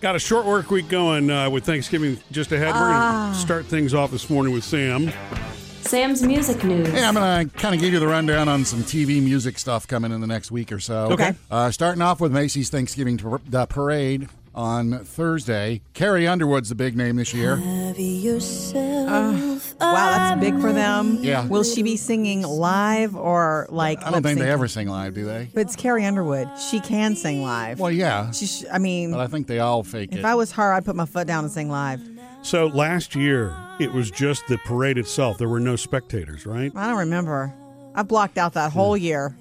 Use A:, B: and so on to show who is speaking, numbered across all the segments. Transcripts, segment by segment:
A: Got a short work week going uh, with Thanksgiving just ahead. We're going to start things off this morning with Sam.
B: Sam's music news.
C: Hey, I'm going to kind of give you the rundown on some TV music stuff coming in the next week or so.
A: Okay.
C: Uh, starting off with Macy's Thanksgiving par- the Parade on Thursday. Carrie Underwood's the big name this
D: Uh,
C: year.
D: Wow, that's big for them.
C: Yeah.
D: Will she be singing live or like?
C: I don't think they
D: lip-syncing?
C: ever sing live, do they?
D: But it's Carrie Underwood. She can sing live.
C: Well, yeah.
D: she. Sh- I mean,
C: But I think they all fake
D: if
C: it.
D: I was her, I'd put my foot down and sing live.
A: So last year, it was just the parade itself. There were no spectators, right?
D: I don't remember. I blocked out that
C: Hmm.
D: whole year.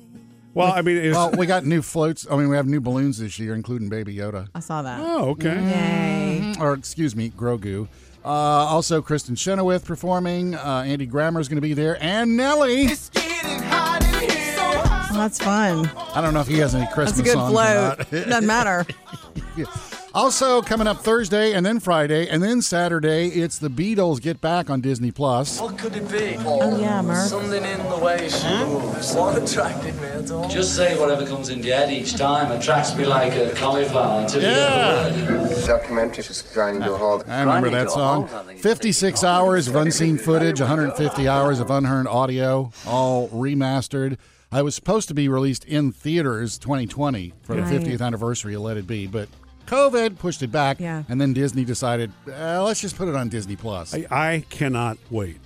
A: Well, I mean, it's,
C: well, we got new floats. I mean, we have new balloons this year, including Baby Yoda.
D: I saw
C: Hmm.
D: that.
A: oh, okay.
D: Yay!
C: or excuse me, Grogu. Uh, also, Kristen Chenoweth performing. Uh, Andy Grammer's going to be there, and Nelly.
D: Oh, that's fun.
C: I don't know if he has any
D: That's
C: Christmas
D: a good
C: songs. or
D: float.
C: not.
D: Doesn't matter.
C: Also, coming up Thursday, and then Friday, and then Saturday, it's the Beatles Get Back on Disney Plus.
E: What could it be?
D: Oh yeah, Murph.
E: Something in the way she moves. What attracted me at all?
F: Just say whatever comes into your head each time attracts me like a cauliflower until
C: Yeah.
F: you get the word.
G: documentary just grinding to a halt.
C: I remember that song. 56 hours of unseen footage, 150 hours of unheard audio, all remastered. I was supposed to be released in theaters 2020 for the 50th anniversary of Let It Be, but COVID pushed it back,
D: Yeah.
C: and then Disney decided, eh, let's just put it on Disney Plus.
A: I, I cannot wait.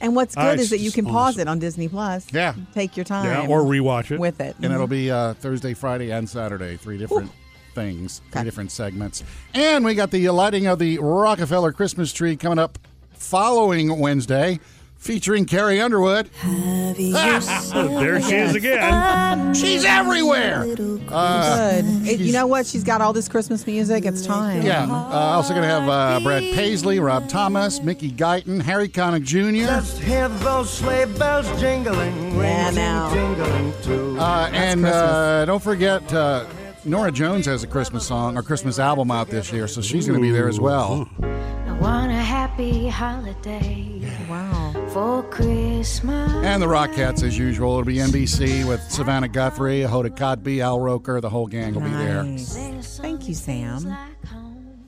D: And what's
A: Ah,
D: good
A: it's
D: is that you
A: just
D: can pause
A: awesome.
D: it on Disney Plus.
C: Yeah.
D: Take your time.
A: Yeah, or rewatch it.
D: with it.
C: and it'll be uh, Thursday, Friday, and Saturday. Three different things, three different segments. And we got the lighting of the Rockefeller Christmas tree coming up following Wednesday, featuring Carrie Underwood.
A: Oh, there she is again.
C: She's everywhere. Uh,
D: Good. It- you know what? She's got all this Christmas music. It's time.
C: yeah. Uh, also going to have uh, Brad Paisley, Rob Thomas, Mickey Guyton, Harry Connick Jr.,
E: Just hear those sleigh bells jingling,
D: Yeah,
E: ring
D: now.
E: jingling too.
C: uh, and
D: Christmas.
C: uh, don't forget. Uh, Nora Jones has a Christmas song or Christmas album out this year, so she's going to be there as well.
H: I want a happy holiday
D: Wow.
H: for Christmas.
C: And the Rockettes, as usual, it'll be NBC with Savannah Guthrie, Hoda Kotb, Al Roker, the whole gang will be there.
D: Nice. Thank you, Sam.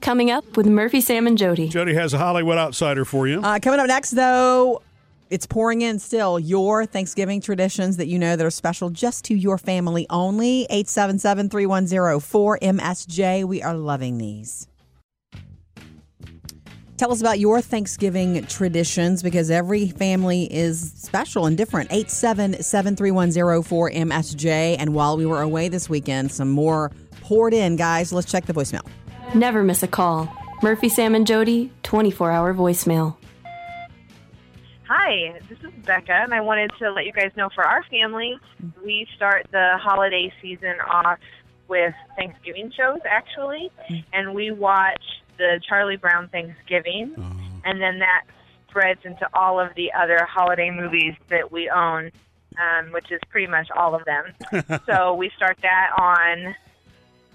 B: Coming up with Murphy, Sam, and Jody.
A: Jody has a Hollywood outsider for you.
D: Uh, coming up next, though, it's pouring in still your Thanksgiving traditions that you know that are special just to your family only. 877 310 4MSJ. We are loving these. Tell us about your Thanksgiving traditions because every family is special and different. 877-3104-MSJ. And while we were away this weekend, some more poured in, guys. Let's check the voicemail.
B: Never miss a call. Murphy, Sam, and Jody, 24 hour voicemail.
I: Hi, this is Becca, and I wanted to let you guys know for our family, we start the holiday season off with Thanksgiving shows, actually, and we watch the Charlie Brown Thanksgiving, and then that spreads into all of the other holiday movies that we own, um, which is pretty much all of them. so we start that on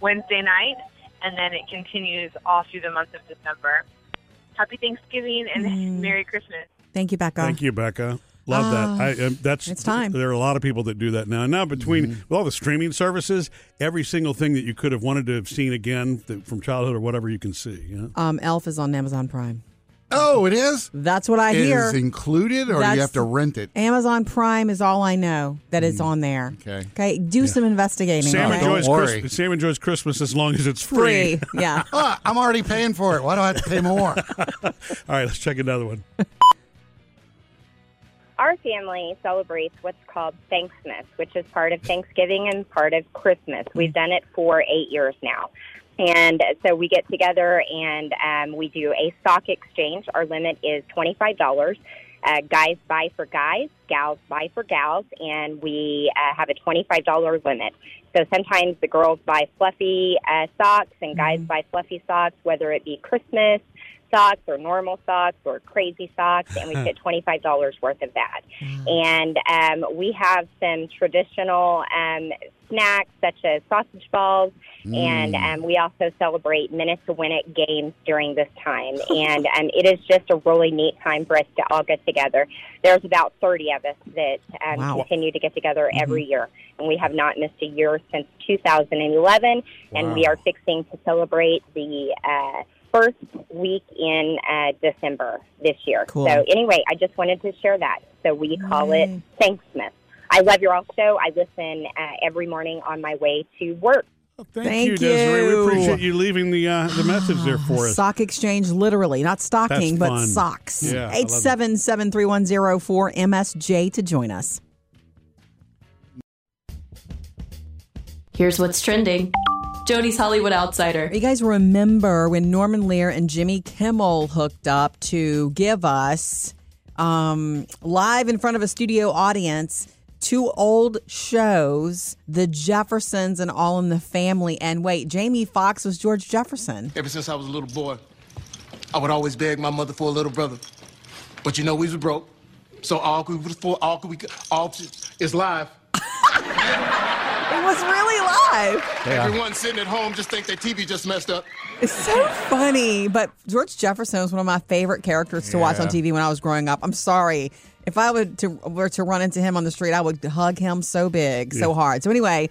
I: Wednesday night, and then it continues all through the month of December. Happy Thanksgiving and Merry Christmas.
D: Thank you, Becca. Ah,
A: Thank you, Becca. Love that. I, um, that's
D: it's time.
A: There are a lot of people that do that now. Now between
C: Mm-hmm.
A: with all the streaming services, every single thing that you could have wanted to have seen again that, from childhood or whatever, you can see. You know?
D: Um, Elf is on Amazon Prime.
C: Oh, it is?
D: That's what I
C: It
D: hear.
C: is included, or do you
D: That's-
C: have to rent it?
D: Amazon Prime is all I know that it's on there.
C: Okay.
D: Okay. Do some investigating.
A: Mm. Sam
D: okay?
A: enjoys
C: Don't worry.
A: Christmas, Sam enjoys Christmas as long as it's free.
D: free. yeah.
C: Ah, I'm already paying for it. Why do I have to pay more?
A: All right, let's check another one.
I: Our family celebrates what's called Thanksmas, which is part of Thanksgiving and part of Christmas. We've done it for eight years now. And so we get together and um, we do a stock exchange. Our limit is $25. Uh, guys buy for guys, gals buy for gals, and we uh, have a $25 limit. So sometimes the girls buy fluffy uh, socks and guys buy fluffy socks, whether it be Christmas,
J: socks or normal socks or crazy socks, and we get $25 worth of that. And um, we have some traditional um, snacks such as sausage balls, and um, we also celebrate Minute to Win It games during this time. and um, it is just a really neat time for us to all get together. There's about 30 of us that um,
D: Wow.
J: continue to get together every year, and we have not missed a year since 2011, and we are fixing to celebrate the uh, first week in uh, December this year.
D: Cool.
J: So, anyway, I just wanted to share that. So, we call it Thanksmith. I love your all show. I listen uh, every morning on my way to work.
A: Oh, Thank,
D: Thank
A: you, Desiree. We
D: you. Ah,
A: appreciate you leaving the uh, the message there for us.
D: Sock exchange, literally, not stocking,
A: That's
D: but
A: fun.
D: socks.
A: Yeah, I love it.
D: 877 3104 MSJ to join us.
B: Here's what's trending Jody's Hollywood Outsider.
D: You guys remember when Norman Lear and Jimmy Kimmel hooked up to give us um, live in front of a studio audience two old shows, The Jeffersons and All in the Family. And wait, Jamie Foxx was George Jefferson.
E: Ever since I was a little boy, I would always beg my mother for a little brother. But you know, we was broke. So all we was for, all we could, all is live.
D: It was really live.
E: Everyone sitting at home just think their TV just messed up.
D: It's so funny. But George Jefferson was one of my favorite characters to watch on TV when I was growing up. I'm sorry. If I would to, were to run into him on the street, I would hug him so big, so hard. So anyway,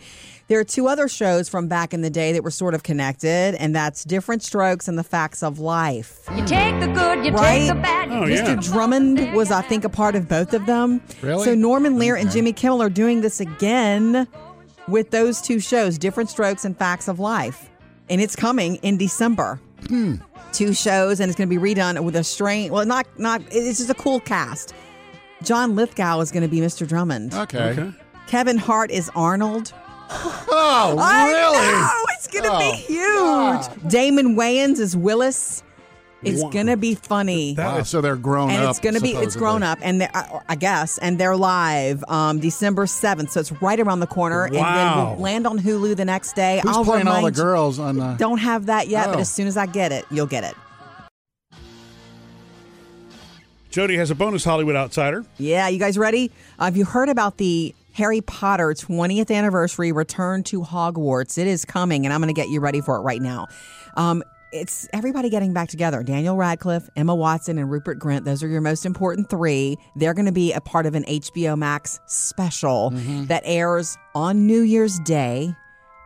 D: there are two other shows from back in the day that were sort of connected, and that's Different Strokes and The Facts of Life.
H: You take the good, you
D: Right?
H: take the bad.
A: Oh,
H: you
A: yeah.
H: take
D: Mr.
H: the
D: Drummond
H: both,
D: was,
H: and
D: I think, a part of both of them.
C: Really?
D: So Norman Lear and Jimmy Kimmel are doing this again with those two shows, Different Strokes and Facts of Life. And it's coming in December.
C: Hmm.
D: Two shows, and it's going to be redone with a strange, well, not, not, it's just a cool cast. John Lithgow is going to be Mr. Drummond.
C: Okay.
D: Kevin Hart is Arnold.
C: Oh, really?
D: I know! It's going to
C: Oh,
D: be huge. Damon Wayans is Willis. It's
A: Wow.
D: going to be funny
A: That
C: Wow,
A: is-
C: so they're grown
D: and
C: up.
D: it's going to be it's
C: supposedly.
D: grown up and they're, I I guess and they're live um, December 7th so it's right around the corner and then
A: Wow.
D: we'll land on Hulu the next day
C: Who's
D: I'll
C: playing all the
D: remind you-
C: girls on the?
D: don't have that yet but
C: Oh.
D: as soon as I get it you'll get it
A: Jody has a bonus Hollywood outsider.
D: yeah you guys ready uh, have you heard about the Harry Potter 20th anniversary return to Hogwarts it is coming and I'm going to get you ready for it right now um it's everybody getting back together. Daniel Radcliffe, Emma Watson, and Rupert Grint. Those are your most important three. They're going to be a part of an HBO Max special that airs on New Year's Day.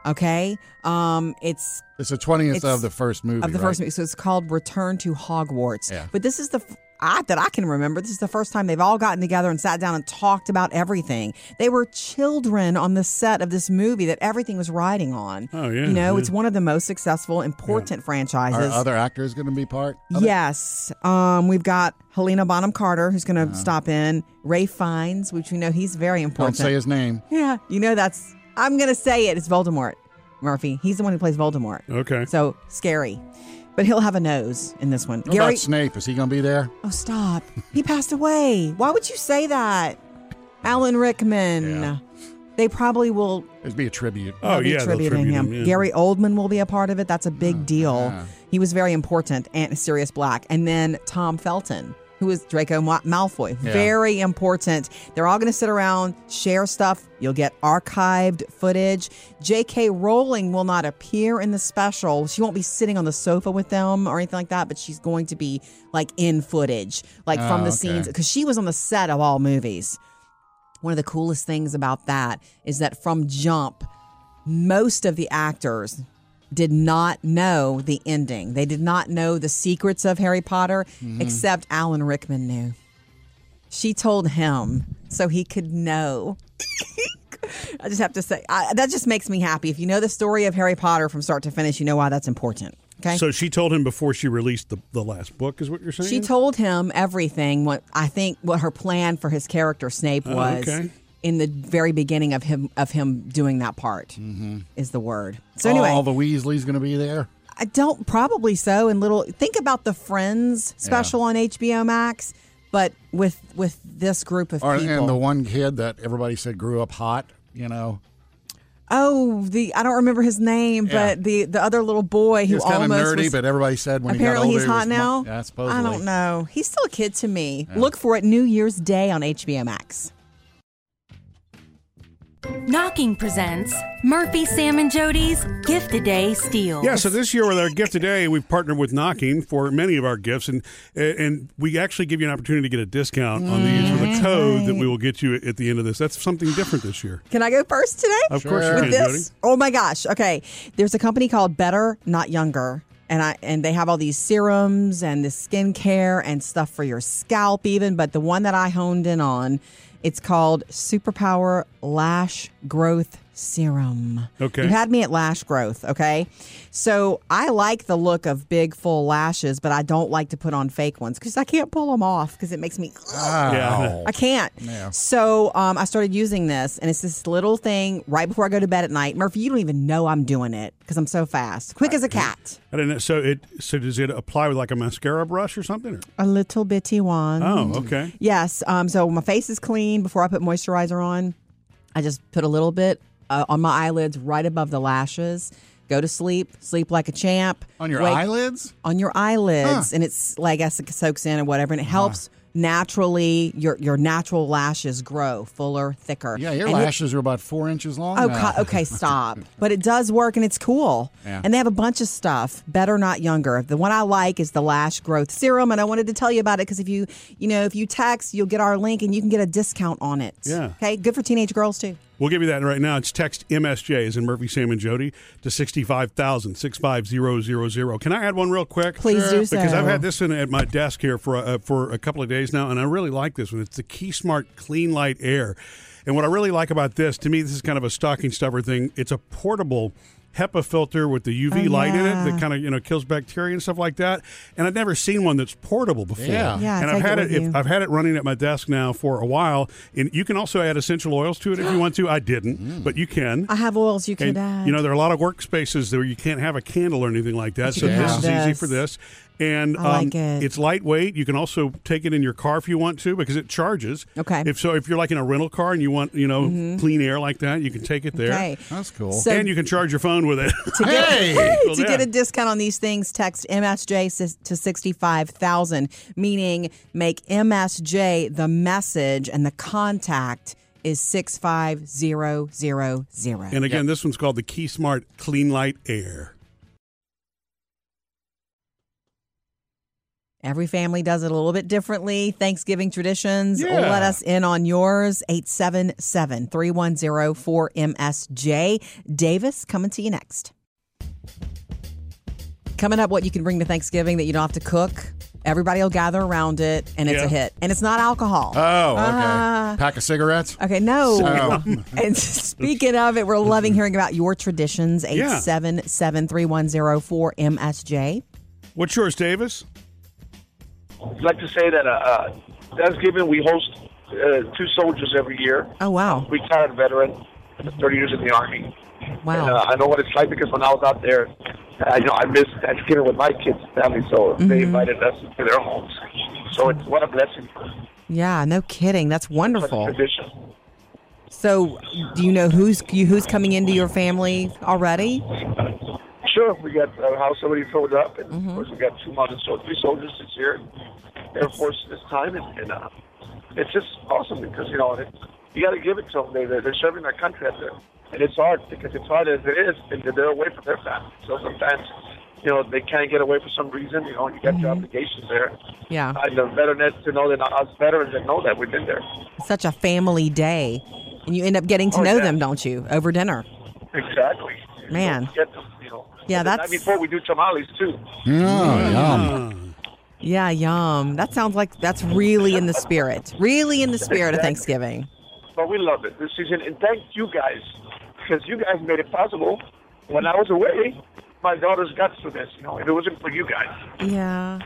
D: Okay. Um, it's
C: It's the twentieth
D: It's-
C: of the first movie.
D: of the
C: right?
D: first movie. So it's called Return to Hogwarts.
C: Yeah.
D: But this is the. f- I, that I can remember, this is the first time they've all gotten together and sat down and talked about everything. They were children on the set of this movie that everything was riding on.
A: Oh, yeah,
D: you know,
A: yeah.
D: it's one of the most successful, important franchises.
C: Are other actors going to be part? of it?
D: Yes. Um, we've got Helena Bonham Carter, who's going to stop in. Ray Fiennes, which we know he's very
C: Uh-huh. Don't
D: important.
C: say his name.
D: yeah. You know, that's, I'm going to say it. It's Voldemort, Murphy. He's the one who plays Voldemort.
C: Oh,
A: Okay.
D: So scary. But he'll have a nose in this one.
C: What about Snape? Is he going to be there?
D: oh, stop. He passed away. Why would you say that? Alan Rickman.
C: Yeah.
D: They probably will
C: It'd be a tribute.
A: Oh
D: they'll be
A: yeah, they'll
D: tributing
A: tribute
D: him.
A: yeah. Oh,
D: Gary Oldman will be a part of it. That's a big deal. He was very important. And Sirius Black, and then Tom Felton, who is Draco Ma- Malfoy,
C: Yeah.
D: very important. They're all going to sit around, share stuff. You'll get archived footage. J.K. Rowling will not appear in the special. She won't be sitting on the sofa with them or anything like that. But she's going to be like in footage, like from
C: Oh,
D: the
C: okay.
D: scenes, because she was on the set of all movies. One of the coolest things about that is that from jump, most of the actors did not know the ending. They did not know the secrets of Harry Potter,
C: Mm-hmm.
D: except Alan Rickman knew. She told him so he could know. I just have to say, I, that just makes me happy. If you know the story of Harry Potter from start to finish, you know why that's important. Okay.
A: So she told him before she released the, the last book, is what you're saying?
D: She
C: Mm-hmm.
D: told him everything. What I think, what her plan for his character Snape
C: Oh,
D: was
A: okay.
D: in the very beginning of him of him doing that part is the word. So anyway,
C: Mm-hmm. all the Weasleys going to be there.
D: I don't probably so. And little think about the Friends special on HBO Max, but with with this group of
C: Or,
D: people.
C: and the one kid that everybody said grew up hot. You know,
D: Oh, the I don't remember his name,
C: Yeah.
D: but the the other little boy
C: He
D: who
C: was kind of
D: almost
C: nerdy,
D: was,
C: but everybody said when
D: apparently
C: he got older,
D: he's
C: he was
D: hot now.
C: mu- Yeah, supposedly.
D: I don't know. He's still a kid to me. Look for it New Year's Day on HBO Max.
K: Knocking presents Murphy, Sam, and Jody's Gift a Day Steal.
A: Yeah, so this year with our gift today, we've partnered with Knocking for many of our gifts, and and we actually give you an opportunity to get a discount on these with a code that we will get you at the end of this. That's something different this year.
D: Can I go first today?
A: Of course you Sure.
D: With
A: can,
D: this? Oh my gosh. Okay. There's a company called Better Not Younger. And I and they have all these serums and the skincare and stuff for your scalp even, but the one that I honed in on, it's called Superpower Lash Growth Serum.
A: Okay.
D: You had me at lash growth, okay? So I like the look of big full lashes, but I don't like to put on fake ones because I can't pull them off because it makes me
A: Ah,
C: Wow.
D: I can't. So um, I started using this, and it's this little thing right before I go to bed at night. Murphy, you don't even know I'm doing it because I'm so fast, quick as a cat.
A: I don't know. So it so does it apply with like a mascara brush or something? Or?
D: A little bitty one.
A: Oh, okay.
D: Uh. Yes. Um, so my face is clean before I put moisturizer on. I just put a little bit uh, on my eyelids, right above the lashes. Go to sleep, sleep like a champ.
C: On your
D: Wake-
C: eyelids?
D: on your eyelids, and it's like I guess it soaks in and whatever, and it helps naturally your your natural lashes grow fuller, thicker.
C: Yeah, your
D: And it-
C: lashes are about four inches long.
D: Oh,
C: now.
D: co- okay, stop. But it does work and it's cool.
C: Yeah.
D: And they have a bunch of stuff, better not younger. The one I like is the Lash Growth Serum and I wanted to tell you about it cuz if you, you know, if you text, you'll get our link and you can get a discount on it.
A: Yeah.
D: Okay, good for teenage girls too.
A: We'll give you that right now. It's text MSJ as in Murphy, Sam, and Jody to 65,000, 65000. Can I add one real quick?
D: Please Sure. do so.
A: Because I've had this one at my desk here for, uh, for a couple of days now, and I really like this one. It's the Key Smart Clean Light Air. And what I really like about this, to me, this is kind of a stocking stuffer thing. It's a portable HEPA filter with the UV
D: Oh,
A: light
D: yeah.
A: in it that kind of, you know, kills bacteria and stuff like that. And I've never seen one that's portable before.
C: Yeah.
D: Yeah,
A: and
D: take
A: I've had
D: it with
A: it.
D: you.
A: If, I've had it running at my desk now for a while, and you can also add essential oils to it if you want to. I didn't, but you can.
D: I have oils you could add.
A: and, you know, there are a lot of workspaces where you can't have a candle or anything like that,
D: you
A: so
D: can
A: this
D: have
A: is easy
D: this.
A: for this. And
D: I
A: um,
D: like it.
A: it's lightweight. You can also take it in your car if you want to because it charges.
D: Okay. Mm-hmm.
A: If so, if you're like in a rental car and you want, you know, clean air like that, you can take it there.
D: okay.
C: That's cool.
D: So
A: and you can charge your phone with it.
C: hey!
A: Well,
D: to get
A: yeah.
D: a discount on these things, text MSJ sis- to 65,000, meaning make MSJ the message and the contact is 65000.
A: and again, this one's called the Key Smart Clean Light Air.
D: Every family does it a little bit differently. Thanksgiving traditions.
C: Yeah.
D: Let us in on yours. 877 310 4MSJ. Davis coming to you next. Coming up, what you can bring to Thanksgiving that you don't have to cook. Everybody will gather around it, and it's
A: Yeah. Uh,
D: a hit. And it's not alcohol.
C: Oh, okay.
D: Ah.
C: Pack of cigarettes?
D: Okay, no.
C: Oh.
D: And speaking of it, we're loving hearing about your traditions.
A: Yeah.
D: 877 310 4MSJ.
A: What's yours, Davis?
L: I'd like to say that uh, uh, Thanksgiving we host uh, two soldiers every year.
D: Oh, wow.
L: Retired veteran, 30 years in the army.
D: Wow.
L: And, uh, I know what it's like because when I was out there, I know I missed Thanksgiving with my kids' and family, so
D: Mm-hmm.
L: they invited us to their homes. So it's what a blessing,
D: Yeah, no kidding. That's wonderful.
L: tradition.
D: So, do you know who's you, who's coming into your family already?
L: Sure, we got uh, how somebody filled up, and
D: Mm-hmm.
L: of course we got two modern soldiers, three soldiers this year, and Air Force this time, and, and uh, it's just awesome because you know it, you got to give it to them. They, they're, they're serving their country out there, and it's hard because it's hard as it is, and they're- they're away from their family. So sometimes, you know, they can't get away for some reason. You know, you got
D: Mm-hmm.
L: your obligations there.
D: Yeah,
L: I the veterans to know that uh, us veterans that know that we've been there.
D: such a family day, and you end up getting to
L: Oh,
D: know
L: yeah.
D: them, don't you, over dinner?
L: Exactly.
D: Man.
L: You know, get them, you know.
D: Yeah,
L: And the night
D: that's-
L: before we do tamales too.
D: Mm.
C: Yeah, Mm, yum.
A: Uh,
D: Yeah, yum. That sounds like that's really in the spirit, really in the spirit of Thanksgiving.
L: But we love it this season, and thank you guys because you guys made it possible. When I was away, my daughters got through this. You know, if it wasn't for you guys,
D: Yeah.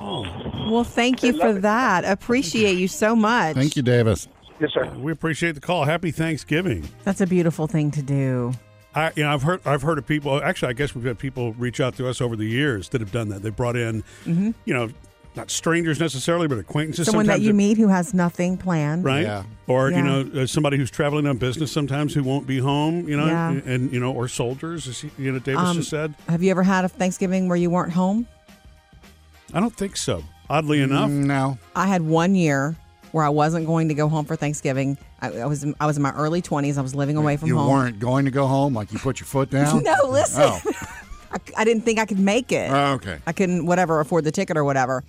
A: Oh,
D: Well, thank you for that. Appreciate you so much.
C: Thank you, Davis.
L: yes, sir.
A: we appreciate the call. Happy Thanksgiving.
D: That's a beautiful thing to do.
A: I, you know, I've heard I've heard of people. Actually, I guess we've had people reach out to us over the years that have done that. They brought in, you know, not strangers necessarily, but acquaintances.
D: Mm-hmm. Someone that
A: sometimes
D: you meet who has nothing planned.
A: right? Or you
D: Yeah.
A: know, uh, somebody who's traveling on business sometimes who won't be home. You know,
D: Yeah.
A: and, you know, or soldiers, as you know, Davis
D: Um,
A: just said.
D: Have you ever had a Thanksgiving where you weren't home?
A: I don't think so. Oddly enough,
C: Mm, no.
D: I had one year where I wasn't going to go home for Thanksgiving. I, I was I was in my early twenties. I was living away from
C: you
D: home.
C: weren't going to go home, like you put your foot down.
D: No, listen.
C: Oh,
D: I, I didn't think I could make it.
C: Oh, okay.
D: I couldn't, whatever, afford the ticket or whatever.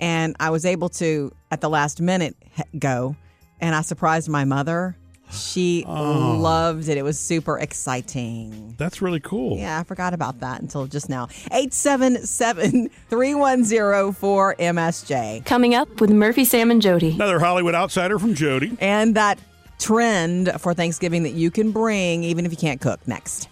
D: And I was able to, at the last minute, he- go. And I surprised my mother. She
A: Oh.
D: loved it. It was super exciting.
A: that's really cool.
D: Yeah, I forgot about that until just now. 877 3104 MSJ.
B: Coming up with Murphy, Sam, and Jody.
A: Another Hollywood outsider from Jody.
D: And that trend for Thanksgiving that you can bring, even if you can't cook, next.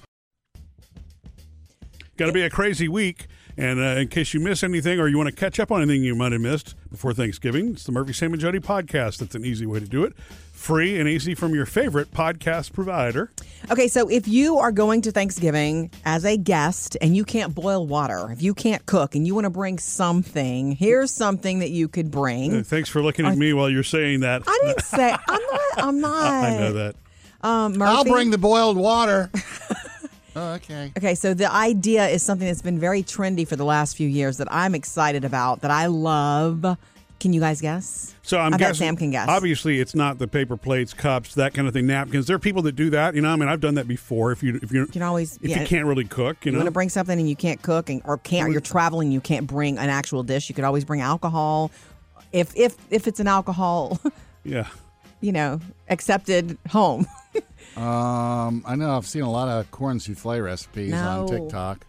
A: Got to be a crazy week. And uh, in case you miss anything or you want to catch up on anything you might have missed before Thanksgiving, it's the Murphy, Sam, and Jody podcast. That's an easy way to do it. Free and easy from your favorite podcast provider.
D: Okay, so if you are going to Thanksgiving as a guest and you can't boil water, if you can't cook and you want to bring something, here's something that you could
A: Uh,
D: bring.
A: thanks for looking at me while you're saying that.
D: I didn't say I'm not. I'm not.
A: I know that.
D: Um,
C: I'll
D: Murphy?
C: bring the boiled water. oh, okay.
D: Okay, so the idea is something that's been very trendy for the last few years that I'm excited about, that I love. Can you guys guess?
A: So I'm
D: I bet
A: guessing,
D: Sam can guess.
A: Obviously, it's not the paper plates, cups, that kind of thing, napkins. There are people that do that. You know, I mean, I've done that before. If you if you
D: can always
A: if
D: yeah.
A: you can't really cook, you
D: You
A: know,
D: want to bring something and you can't cook, and or can't, or you're traveling, you can't bring an actual dish. You could always bring alcohol, if if if it's an alcohol,
A: yeah.
D: you know, accepted home.
C: Um, I know I've seen a lot of corn souffle recipes on
D: No.
C: TikTok.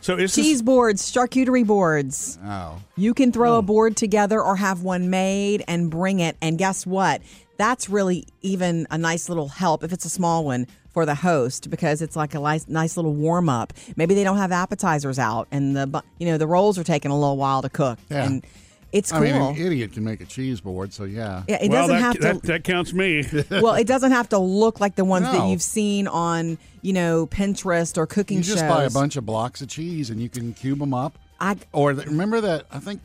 A: So is this
D: Cheese boards, charcuterie boards.
C: Oh,
D: You can throw a board together or have one made and bring it. And guess what? That's really even a nice little help if it's a small one for the host because it's like a nice, nice little warm up. Maybe they don't have appetizers out and the bu- you know the rolls are taking a little while to cook.
C: Yeah.
D: And it's cool.
C: I mean, an idiot can make a cheese board, so yeah.
D: yeah, it
A: well,
D: doesn't
A: that,
D: have to
A: that, that counts me.
D: well, it doesn't have to look like the ones that
C: No.
D: you've seen on, you know, Pinterest or cooking
C: You just
D: shows.
C: buy a bunch of blocks of cheese and you can cube them up.
D: I
C: Or the, remember that I think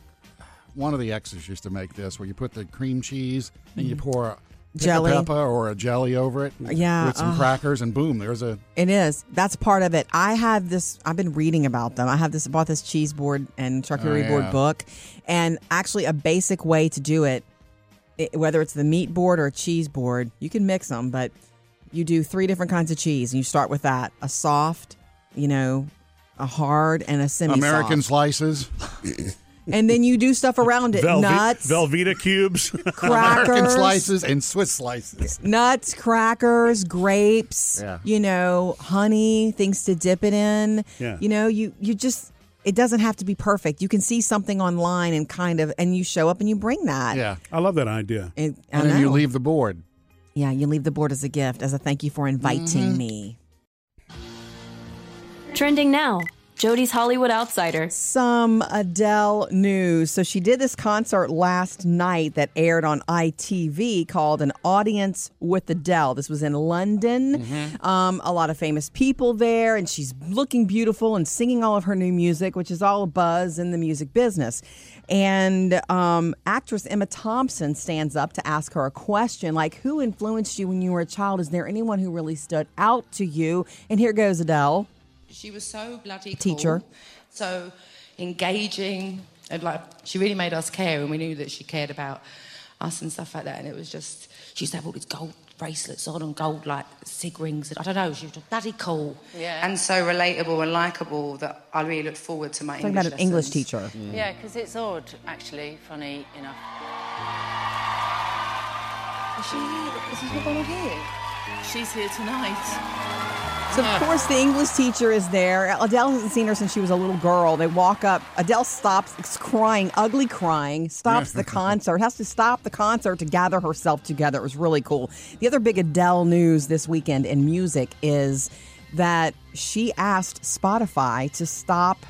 C: one of the exes used to make this, where you put the cream cheese and you pour a pick a
D: Mm-hmm. Jelly.
C: pepper or a jelly over it.
D: Yeah,
C: with some
D: ugh.
C: crackers and boom, there's a
D: It is. That's part of it. I have this. I've been reading about them. I have this. Bought this cheese board and charcuterie
C: Oh, yeah.
D: board book, and actually a basic way to do it, it- whether it's the meat board or a cheese board, you can mix them. But you do three different kinds of cheese, and you start with that: a soft, you know, a hard, and a semi.
C: American slices.
D: and then you do stuff around it:
A: Velve-
D: nuts,
A: Velveeta cubes.
C: American
D: crackers,
C: slices and Swiss slices.
D: nuts, crackers, grapes,
C: Yeah.
D: you know, honey, things to dip it in.
A: Yeah.
D: You know, you you just it doesn't have to be perfect. You can see something online and kind of and you show up and you bring that.
C: Yeah,
A: I love that idea.
D: It- I
C: and then you
D: know.
C: leave the board.
D: Yeah, you leave the board as a gift as a thank you for inviting
C: Mm-hmm.
D: me.
B: Trending now Jody's Hollywood Outsider.
D: Some Adele news. So she did this concert last night that aired on ITV called An Audience with Adele. This was in London. Um, a lot of famous people there, and she's looking beautiful and singing all of her new music, which is all a buzz in the music business. And um, actress Emma Thompson stands up to ask her a question like, Who influenced you when you were a child? Is there anyone who really stood out to you? And here goes Adele.
M: She was so bloody
D: Teacher.
M: cool, so engaging, and like she really made us care, and we knew that she cared about us and stuff like that. And it was just she used to have all these gold bracelets on and gold like sig rings, and I don't know, she was bloody cool, yeah, and so relatable and likable that I really looked forward to my
D: Talking
M: English
D: about an English
M: lessons.
D: teacher.
N: Yeah, because it's odd, actually, funny enough. Is she here? Is Nicole here? She's here tonight.
D: So of course the English teacher is there. Adele hasn't seen her since she was a little girl. They walk up. Adele stops is crying, ugly crying, stops the concert, has to stop the concert to gather herself together. It was really cool. The other big Adele news this weekend in music is that she asked Spotify to stop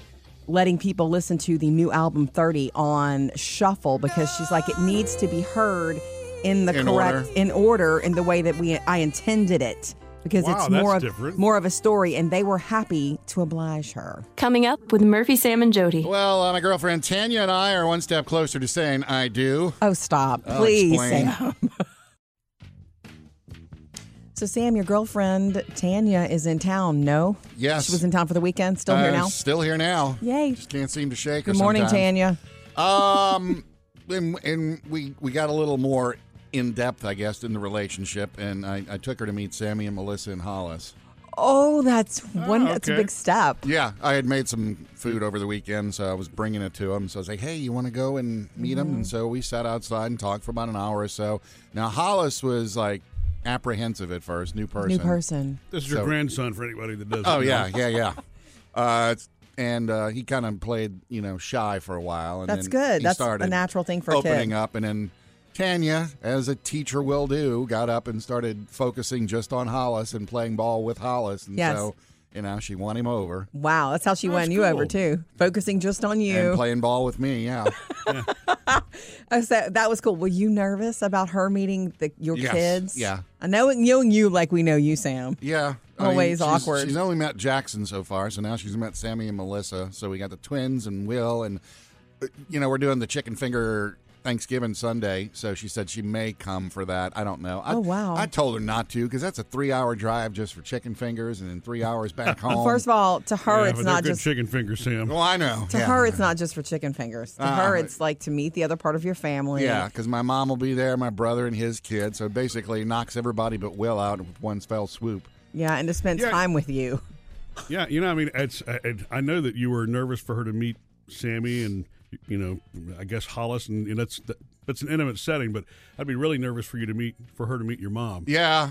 D: letting people listen to the new album 30 on shuffle because she's like it needs to be heard in the
C: In
D: correct
C: order.
D: in order in the way that we I intended it. because
A: Wow,
D: it's
A: that's
D: more of
A: different.
D: more of a story, and they were happy to oblige her.
B: Coming up with Murphy, Sam, and Jody.
C: Well, uh, my girlfriend Tanya and I are one step closer to saying I do.
D: Oh, stop.
C: I'll
D: Please,
C: explain.
D: Sam. So, Sam, your girlfriend Tanya is in town. No,
C: Yes.
D: she was in town for the weekend. Still here
C: Uh,
D: now.
C: Still here now.
D: Yay.
C: Just can't seem to shake her
D: Good morning,
C: sometimes.
D: Tanya.
C: Um, and, and we we got a little more in depth, I guess, in the relationship, and I, I took her to meet Sammy and Melissa and Hollis.
D: Oh, that's one. That's a
C: okay.
D: big step.
C: Yeah, I had made some food over the weekend, so I was bringing it to them. So I was like, "Hey, you want to go and meet them?" And so we sat outside and talked for about an hour or so. Now Hollis was like apprehensive at first, new person,
D: New person.
A: This is your
C: So-
A: grandson for anybody that doesn't. know.
C: Oh yeah, yeah, yeah. Uh, it's- and uh, he kind of played, you know, shy for a while. And
D: That's
C: then
D: good.
C: he
D: That's a
C: started
D: natural thing for a kid.
C: opening up. And then Tanya, as a teacher will do, got up and started focusing just on Hollis and playing ball with Hollis. And
D: Yes.
C: so, you know, she won him over
D: Wow, that's how she won you over
C: cool.
D: too, focusing just on
C: and
D: you.
C: playing ball with me. Yeah,
D: oh, so that was cool. Were you nervous about her meeting the, your
C: Yes.
D: kids?
C: Yeah.
D: I know knowing you like we know you, Sam.
C: yeah.
D: Always
C: she's-
D: awkward.
C: She's only met Jackson so far, so now she's met Sammy and Melissa. So we got the twins and Will, and uh, you know, we're doing the chicken finger Thanksgiving Sunday. So she said she may come for that. I don't know. I,
D: Oh, wow.
C: I told her not to because that's a three-hour drive just for chicken fingers, and then three hours back home.
D: First of all, to her,
A: Yeah,
D: Oh, it's
A: but
D: not
A: they're good
D: just
A: chicken fingers, Sam.
C: well, I know.
D: to
C: yeah.
D: her, it's not just for chicken fingers. To
C: Uh,
D: her, it's like to meet the other part of your family.
C: Yeah, because my mom will be there, my brother and his kid. So it basically, knocks everybody but Will out with one fell swoop.
D: Yeah, and to spend
A: Yeah.
D: time with you.
A: Yeah, you know, I mean, it's I, I- I know that you were nervous for her to meet Sammy and you know, I guess Hollis, and, and that's that's an intimate setting. But I'd be really nervous for you to meet for her to meet your mom.
C: Yeah,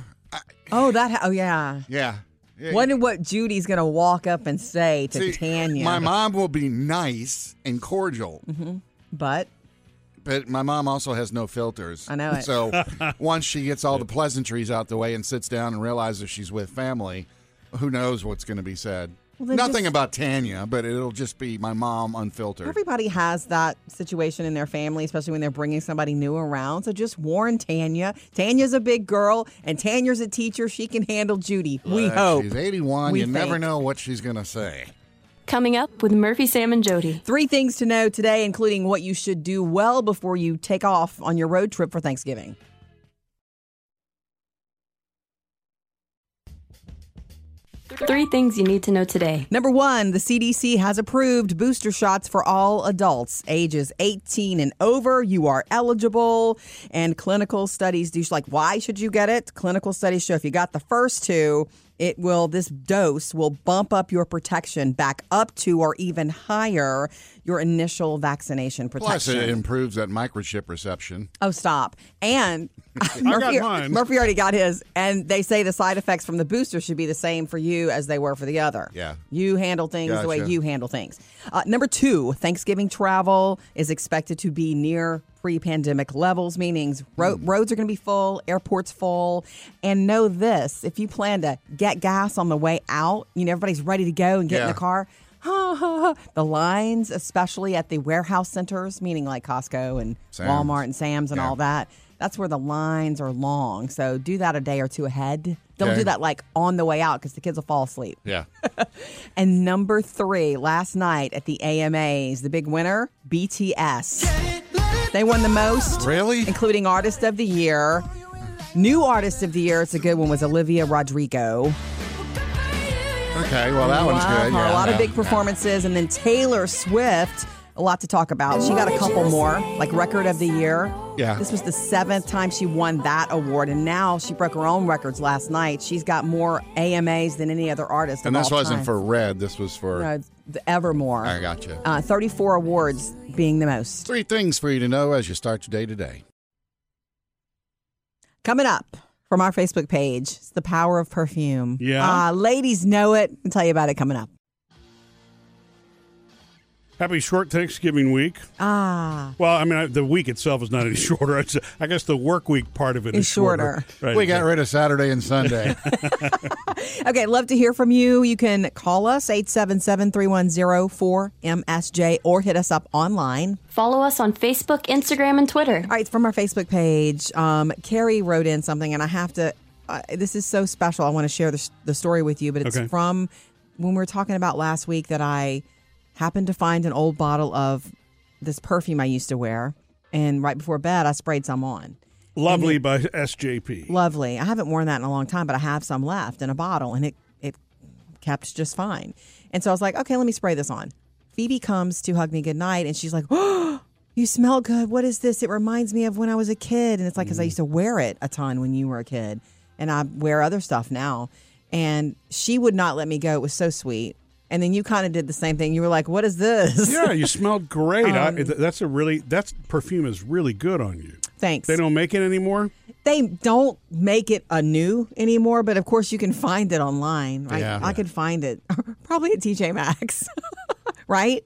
D: Oh, that. ha- Oh, yeah.
C: yeah. Yeah,
D: Wonder what Judy's gonna walk up and say to
C: See,
D: Tanya. Mm-hmm.
C: My mom will be nice and cordial,
D: but
C: but my mom also has no filters.
D: I know it.
C: So once she gets all the pleasantries out the way and sits down and realizes she's with family, who knows what's going to be said?
D: Well, then
C: Nothing
D: just-
C: about Tanya, but it'll just be my mom unfiltered.
D: Everybody has that situation in their family, especially when they're bringing somebody new around. So just warn Tanya. Tanya's a big girl, and Tanya's a teacher. She can handle Judy. We
C: But
D: hope.
C: She's 81.
D: We
C: you never
D: think.
C: know what she's going to say.
B: Coming up with Murphy, Sam, and Jody.
D: Three things to know today, including what you should do well before you take off on your road trip for Thanksgiving.
B: Three things you need to know today.
D: Number one, the CDC has approved booster shots for all adults ages 18 and over. You are eligible. And clinical studies do like, why should you get it? Clinical studies show if you got the first two, it will, this dose will bump up your protection back up to or even higher your initial vaccination
C: Plus, it
D: protection.
C: improves that microchip reception.
D: Oh, stop. And Murphy,
A: mine.
D: Murphy already got his. And they say the side effects from the booster should be the same for you as they were for the other.
C: Yeah.
D: You handle things the way
C: Gotcha.
D: you handle things. Uh, number two, Thanksgiving travel is expected to be near pre pandemic levels, meaning ro-
C: Hmm.
D: roads are going to be full, airports full. And know this if you plan to get gas on the way out, you know, everybody's ready to go and get in
C: Yeah.
D: the car. the lines, especially at the warehouse centers, meaning like Costco and
C: Sam's.
D: Walmart and Sam's and
C: Yeah.
D: all that, that's where the lines are long. So do that a day or two ahead. Don't
C: Okay.
D: do that like on the way out because the kids will fall asleep.
C: Yeah.
D: And number three, last night at the AMAs, the big winner, BTS. They won the most,
C: Really?
D: including Artist of the Year. New Artist of the Year, it's a good one, was Olivia Rodrigo.
C: Okay, well, that one's
D: Love
C: good.
D: her.
C: Yeah,
D: a lot of
C: yeah,
D: big
C: yeah.
D: performances. And then Taylor Swift, a lot to talk about. She got a couple more, like Record of the Year.
C: Yeah.
D: This was the seventh time she won that award. And now she broke her own records last night. She's got more AMAs than any other artist.
C: And
D: of
C: this
D: all
C: wasn't
D: time.
C: for red, this was for.
D: No, the Evermore.
C: I gotcha.
D: Uh, 34 awards being the most.
C: Three things for you to know as you start your day today.
D: Coming up from our Facebook page, it's the power of perfume.
A: Yeah.
D: Uh, ladies know it. I'll tell you about it coming up.
A: Happy short Thanksgiving week.
D: Ah,
A: Well, I mean, I, the week itself is not any shorter. It's, I guess the work week part of it is
D: It's shorter.
A: Right.
C: We got rid of Saturday and Sunday.
D: Okay, love to hear from you. You can call us 877-310-4MSJ or hit us up online.
B: Follow us on Facebook, Instagram, and Twitter.
D: All right, it's from our Facebook page. Um, Carrie wrote in something, and I have to uh, this is so special. I want to share this, the story with you, but it's
O: Okay.
D: from when we were talking about last week that I happened to find an old bottle of this perfume I used to wear, and right before bed I sprayed some on.
A: Lovely
C: Mm-hmm.
A: by SJP.
D: Lovely. I haven't worn that in a long time, but I have some left in a bottle, and it it kept just fine. And so I was like, okay, let me spray this on. Phoebe comes to hug me goodnight, and she's like, oh, you smell good. What is this? It reminds me of when I was a kid. And it's like, because I
A: Mm.
D: used to wear it a ton when you were a kid, and I wear other stuff now. And she would not let me go. It was so sweet. And then you kind of did the same thing. You were like, what is this?
A: yeah, you smell great. I,
C: Um,
A: th- that's a really that's perfume is really good on you.
D: Thanks.
A: They don't make it anymore.
D: they don't make it anew anymore, but of course you can find it online. Right?
A: Yeah.
D: I could find it probably at TJ Maxx, right?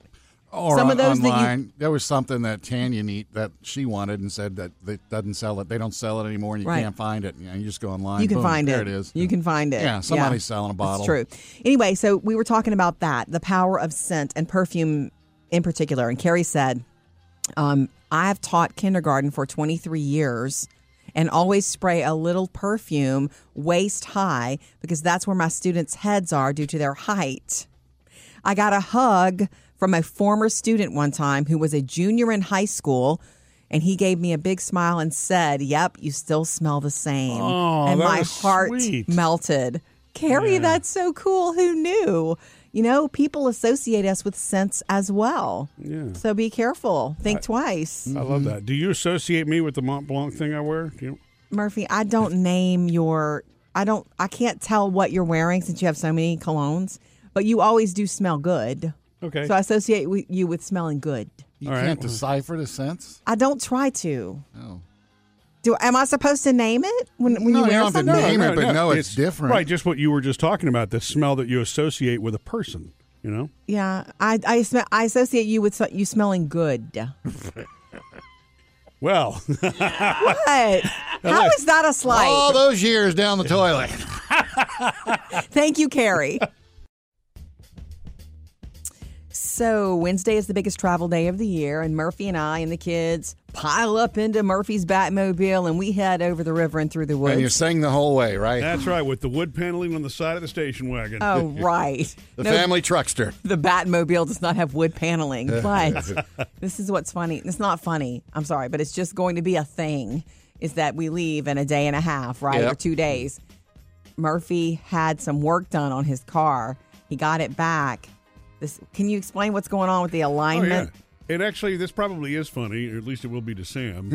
C: Or
D: Some
C: on-
D: of those that you-
C: online, there was something that Tanya need that she wanted and said that they doesn't sell it. They don't sell it anymore, and you
D: Right.
C: can't find it. You, know, you just go online.
D: You can
C: boom,
D: find
C: there
D: it.
C: There it is.
D: You can find it.
C: Yeah, somebody's selling a bottle.
D: That's true. Anyway, so we were talking about that, the power of scent and perfume in particular. And Carrie said, um, I have taught kindergarten for 23 years and always spray a little perfume waist high because that's where my students' heads are due to their height. I got a hug from a former student one time who was a junior in high school. And he gave me a big smile and said, Yep, you still smell the same.
O: Aw,
D: and
O: that
D: my
O: was
D: heart
O: sweet.
D: melted. Carrie, that's so cool. Who knew? You know, people associate us with scents as well.
A: Yeah.
D: So be careful. Think
A: I- Mm.
D: twice.
A: I love that. Do you associate me with the Mont Blanc thing I wear? Do you?
D: Murphy, I don't name your I don't I can't tell what you're wearing since you have so many colognes, but you always do smell good.
A: Okay.
D: So I associate wi- you with smelling good.
C: You can't decipher the sense.
D: I don't try to.
C: Oh.
D: Do am I supposed to name it when, when you wear something?
C: different.
A: Right, just what you were just talking about, the smell that you associate with a person, you know?
D: Yeah, I I, sm- I associate you with so- you smelling good.
A: Well,
D: What? How is that a slight?
C: All those years down the toilet.
D: Thank you, Carrie. So, Wednesday is the biggest travel day of the year, and Murphy and I and the kids pile up into Murphy's Batmobile and we head over the river and through the woods.
C: and you sing the whole way, right?
A: that's right, with the wood paneling on the side of the station wagon.
D: Oh, right.
C: The
D: No,
C: family truckster.
D: The Batmobile does not have wood paneling, but this is what's funny. It's not funny. I'm sorry, but it's just going to be a thing is that we leave in a day and a half, right? Or
O: Yep.
D: two days. Murphy had some work done on his car. He got it back. This can you explain what's going on with the
A: Oh, yeah.
D: alignment?
A: And actually, this probably is funny, or at least it will be to Sam.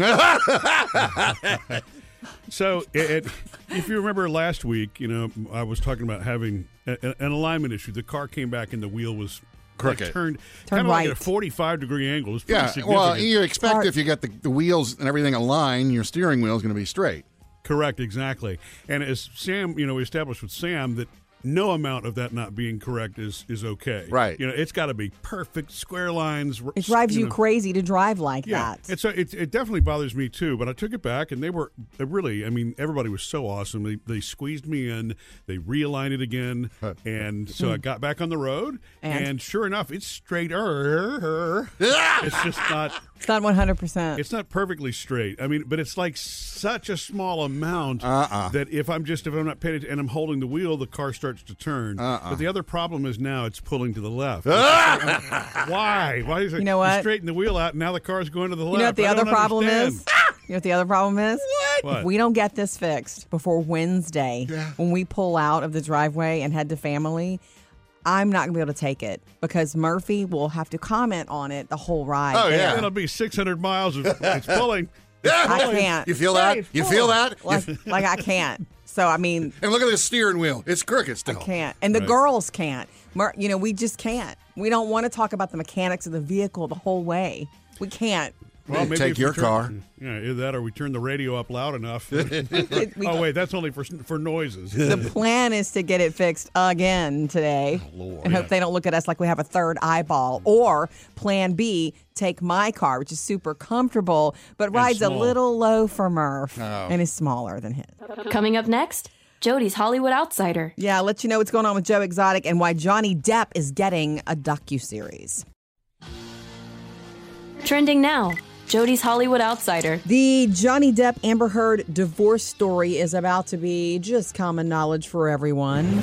A: so, it, it- if you remember last week, you know, I was talking about having a- a- an alignment issue. The car came back and the wheel was uh,
C: Crooked.
A: turned,
C: Turned
A: kind of like at a
C: right.
A: 45 degree angle. It was pretty
C: Yeah,
A: significant.
C: well, you expect if you got the, the wheels and everything aligned, your steering wheel is going to be straight.
A: Correct, exactly. And as Sam, you know, we established with Sam that no amount of that not being correct is is okay. Right. You know, it's got to be perfect square lines. r-
D: It drives you,
A: know.
D: crazy to drive like
A: Mm. Yeah,
D: that.
A: and so it, it definitely bothers me too. But I took it back, and they were they really. I mean, everybody was so awesome. They, they squeezed me in. They realigned it again, and so I got back on the road.
D: And? Ah!
A: And, sure enough, it's straighter. er. it's just not.
D: It's not 100%.
A: It's not perfectly straight. I mean, but it's like such a small amount
D: Uh-uh.
A: that if I'm just if I'm not paying attention and I'm holding the wheel, the car starts to turn.
C: Uh-uh.
A: But the other problem is now it's pulling to the left. Why? Why is it?
D: Ah! You know what?
A: straighten the wheel out, and now the car's going to the left.
D: You know what the
A: I
D: other
A: don't
D: problem
A: understand.
D: is? You know what the other problem is?
A: What?
D: If we don't get this fixed before Wednesday, when we pull out of the driveway and head to family, I'm not gonna be able to take it because Murphy will have to comment on it the whole ride.
C: Oh,
D: there.
A: it'll be 600 miles. Of, it's pulling.
D: I can't.
C: You feel that?
D: Hey,
C: You feel that?
D: Like, like I can't. So I mean,
C: and look at this steering wheel. It's crooked still.
D: can't, and the
C: Right.
D: girls can't. Mur- you know, we just can't. We don't want to talk about the mechanics of the vehicle the whole way. We can't.
C: take
A: if we
C: your
A: turn-
C: car.
A: Yeah, either that or we turn the radio up loud enough. oh wait, that's only for for noises.
D: the plan is to get it fixed again today
B: Oh,
D: and hope
A: Yeah.
D: they don't look at us like we have a third eyeball
B: Mm.
D: or plan b take my car which is super comfortable but rides a
B: small.
D: little low for murph
B: Oh.
D: and is smaller than his
B: Coming up next, Jody's Hollywood Outsider.
D: yeah I'll let you know what's going on with joe exotic and why johnny depp is getting a docu-series
B: Trending now Jody's Hollywood Outsider.
D: The Johnny Depp Amber Heard divorce story is about to be just common knowledge for everyone.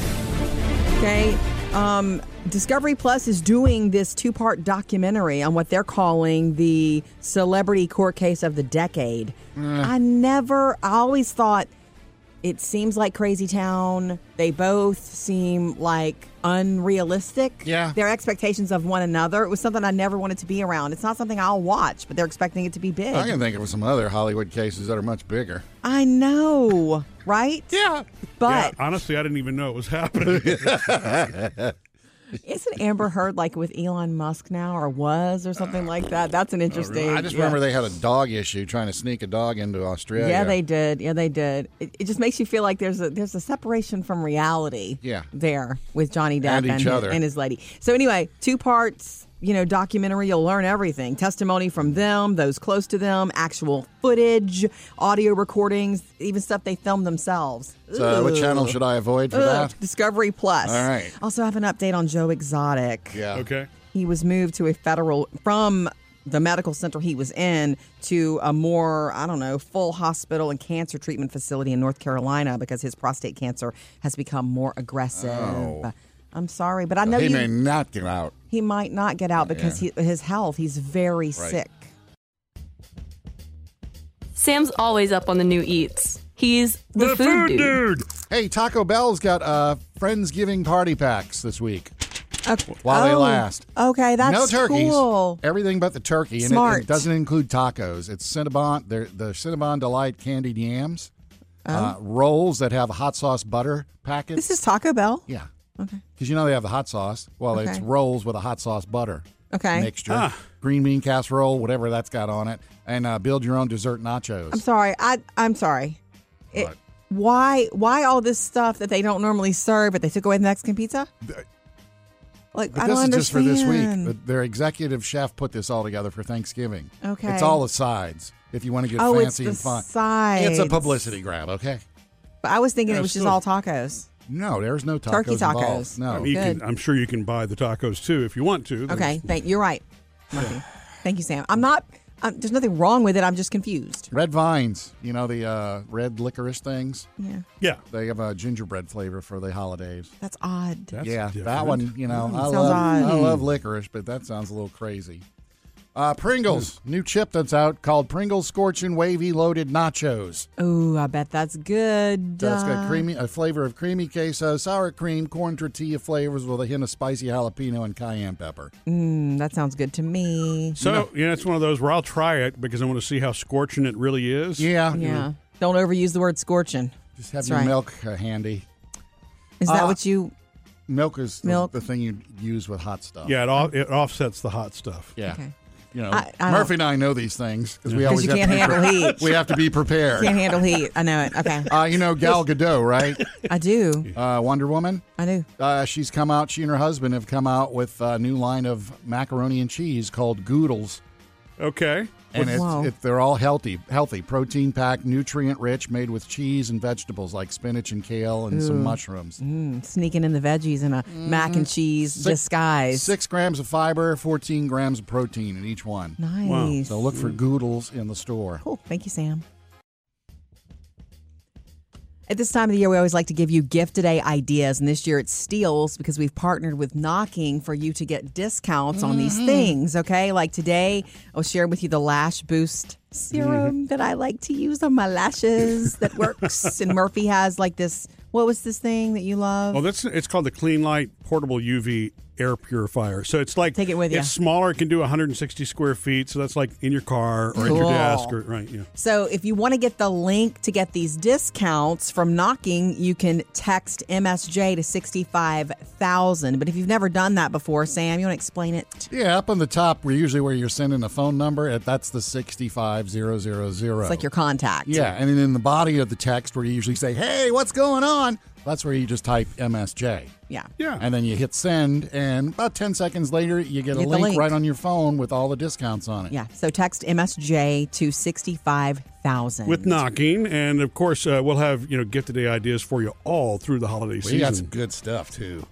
D: Okay. Um, Discovery Plus is doing this two part documentary on what they're calling the celebrity court case of the decade. I never, I always thought it seems like Crazy Town. They both seem like unrealistic. Yeah. Their expectations of one another. It was something I never wanted to be around. It's not something I'll watch, but they're expecting it to be big.
C: I can think of some other Hollywood cases that are much bigger.
D: I know, right?
C: Yeah.
D: But
A: Yeah, honestly, I didn't even know it was happening.
D: isn't Amber Heard like with Elon Musk now or was or something like that? That's an interesting.
C: I just
D: yeah.
C: remember they had a dog issue trying to sneak a dog into Australia.
D: yeah, they did. Yeah, they did. It, it just makes you feel like there's a there's a separation from reality.
C: Yeah.
D: there with Johnny Depp
C: And each
D: his-
C: other.
D: and his lady. So anyway, two parts. You know, documentary. You'll learn everything: testimony from them, those close to them, actual footage, audio recordings, even stuff they filmed themselves.
C: So, what
D: Ooh.
C: channel should I avoid for
D: Ugh,
C: that?
D: Discovery Plus.
C: All right.
D: Also, I have an update on Joe Exotic.
C: Yeah.
A: Okay.
D: He was moved to a federal from the medical center he was in to a more, I don't know, full hospital and cancer treatment facility in North Carolina because his prostate cancer has become more aggressive.
C: Oh.
D: I'm sorry, but I know
C: he
D: you,
C: may not get out.
D: he might not get out because he, his health, he's very sick.
B: Sam's always up on the new eats. He's the, food, dude.
C: Hey, Taco Bell's got uh, Friendsgiving party packs this week
D: Okay.
C: while they
D: Oh,
C: last.
D: Okay, that's
C: no turkeys,
D: cool.
C: everything but the turkey, and it-
D: Smart.
C: it, doesn't include tacos. It's Cinnabon, they're- the Cinnabon Delight candied yams, uh, rolls that have hot sauce butter packets.
D: Oh. This is Taco Bell.
C: yeah,
D: Okay.
C: because you know they have the hot sauce. Well, it's
D: Okay.
C: rolls with a hot sauce butter
D: Okay.
C: mixture, green bean casserole, whatever that's got on it, and uh, build your own dessert nachos.
D: I'm sorry. I I'm sorry. It,
C: What?
D: why why all this stuff that they don't normally serve, but they took away the Mexican pizza? Like
C: But
D: I
C: this
D: don't
C: is
D: understand.
C: just for this week. But their executive chef put this all together for Thanksgiving.
D: Okay.
C: It's all the sides. If you want to get
D: Oh, it's
C: fancy
D: the
C: and fun,
D: sides.
C: it's a publicity grab. Okay.
D: But I was thinking it was just
C: Absolutely.
D: all tacos.
C: No, there's no tacos.
D: Turkey tacos.
C: involved. No.
A: I
B: Oh,
A: mean, you
D: Good.
A: can, I'm sure you can buy the tacos too if you want to. There's-
D: Okay, thank you're right. Murphy. thank you, Sam. I'm not. i there's nothing wrong with it. I'm just confused.
C: Red vines. You know the uh, red licorice things.
D: Yeah,
A: Yeah.
C: They have a gingerbread flavor for the holidays.
D: that's odd.
C: yeah, that
A: different.
C: one. You know, I
D: Mm, sounds
C: love.
D: odd.
C: I love licorice, but that sounds a little crazy. Uh, Pringles, new chip that's out called Pringles Scorchin' Wavy Loaded Nachos.
D: Oh, I bet that's good.
C: So it's got
D: Uh,
C: creamy, a flavor of creamy queso, sour cream, corn tortilla flavors with a hint of spicy jalapeno and cayenne pepper.
D: mm, that sounds good to me.
A: So, yeah, it's one of those where I'll try it because I want to see how scorching it really is.
C: Yeah,
D: Yeah. Don't overuse the word scorching.
C: Mm-hmm. Just have
D: That's
C: your
D: right.
C: milk uh, handy.
D: Is that
C: Uh,
D: what you?
C: Milk is the-
D: Milk.
C: The, thing you use with hot stuff.
A: Yeah, it, off, it offsets the hot stuff.
C: yeah.
D: Okay.
C: You know,
D: I- I don't-
C: Murphy and I know these things because we
D: 'Cause
C: always
D: you
C: have
D: can't
C: to be pre-
D: handle heat.
C: We have to be prepared.
D: Can't handle heat. I know it. Okay.
C: Uh, you know Gal Gadot, right?
D: I do.
C: Uh, Wonder Woman.
D: I do.
C: Uh, she's come out. She and her husband have come out with a new line of macaroni and cheese called Goodles.
A: Okay.
C: and it's,
D: Wow.
C: it, they're all healthy, healthy, protein packed, nutrient rich, made with cheese and vegetables like spinach and kale and some mushrooms.
D: Mm, sneaking in the veggies in a mac and cheese disguise.
C: Six grams of fiber, fourteen grams of protein in each one.
D: Nice.
C: So look for Goodles in the store.
D: Cool. Thank you, Sam. At this time of the year, we always like to give you gift today ideas, and this year it's steals because we've partnered with Knocking for you to get discounts on these things. Okay, like today, I'll share with you the Lash Boost serum that I like to use on my lashes that works. and Murphy has like this. What was this thing that you love?
A: Well, Oh, that's it's called the Clean Light Portable UV Air Purifier. So it's like
D: Take it with ya.
A: It's smaller. It can do 160 square feet. So that's like in your car or at
D: Cool.
A: your desk or right. Yeah.
D: So if you want to get the link to get these discounts from Knocking, you can text MSJ to 65,000. But if you've never done that before, Sam, you want to explain it?
C: Yeah, up on the top, we're usually where you're sending a phone number. At, that's the sixty-five zero zero zero.
D: It's like your contact.
C: yeah, and then in the body of the text, where you usually say, "Hey, what's going on?" That's where you just type MSJ.
D: Yeah.
A: Yeah.
C: And then you hit send, and about 10 seconds later, you get a
D: Get the
C: link,
D: link.
C: right on your phone with all the discounts on it.
D: Yeah. So text MSJ to 65,000.
A: With knocking, and of course, uh, we'll have you know gift today ideas for you all through the holiday
C: We
A: season.
C: got some good stuff, too.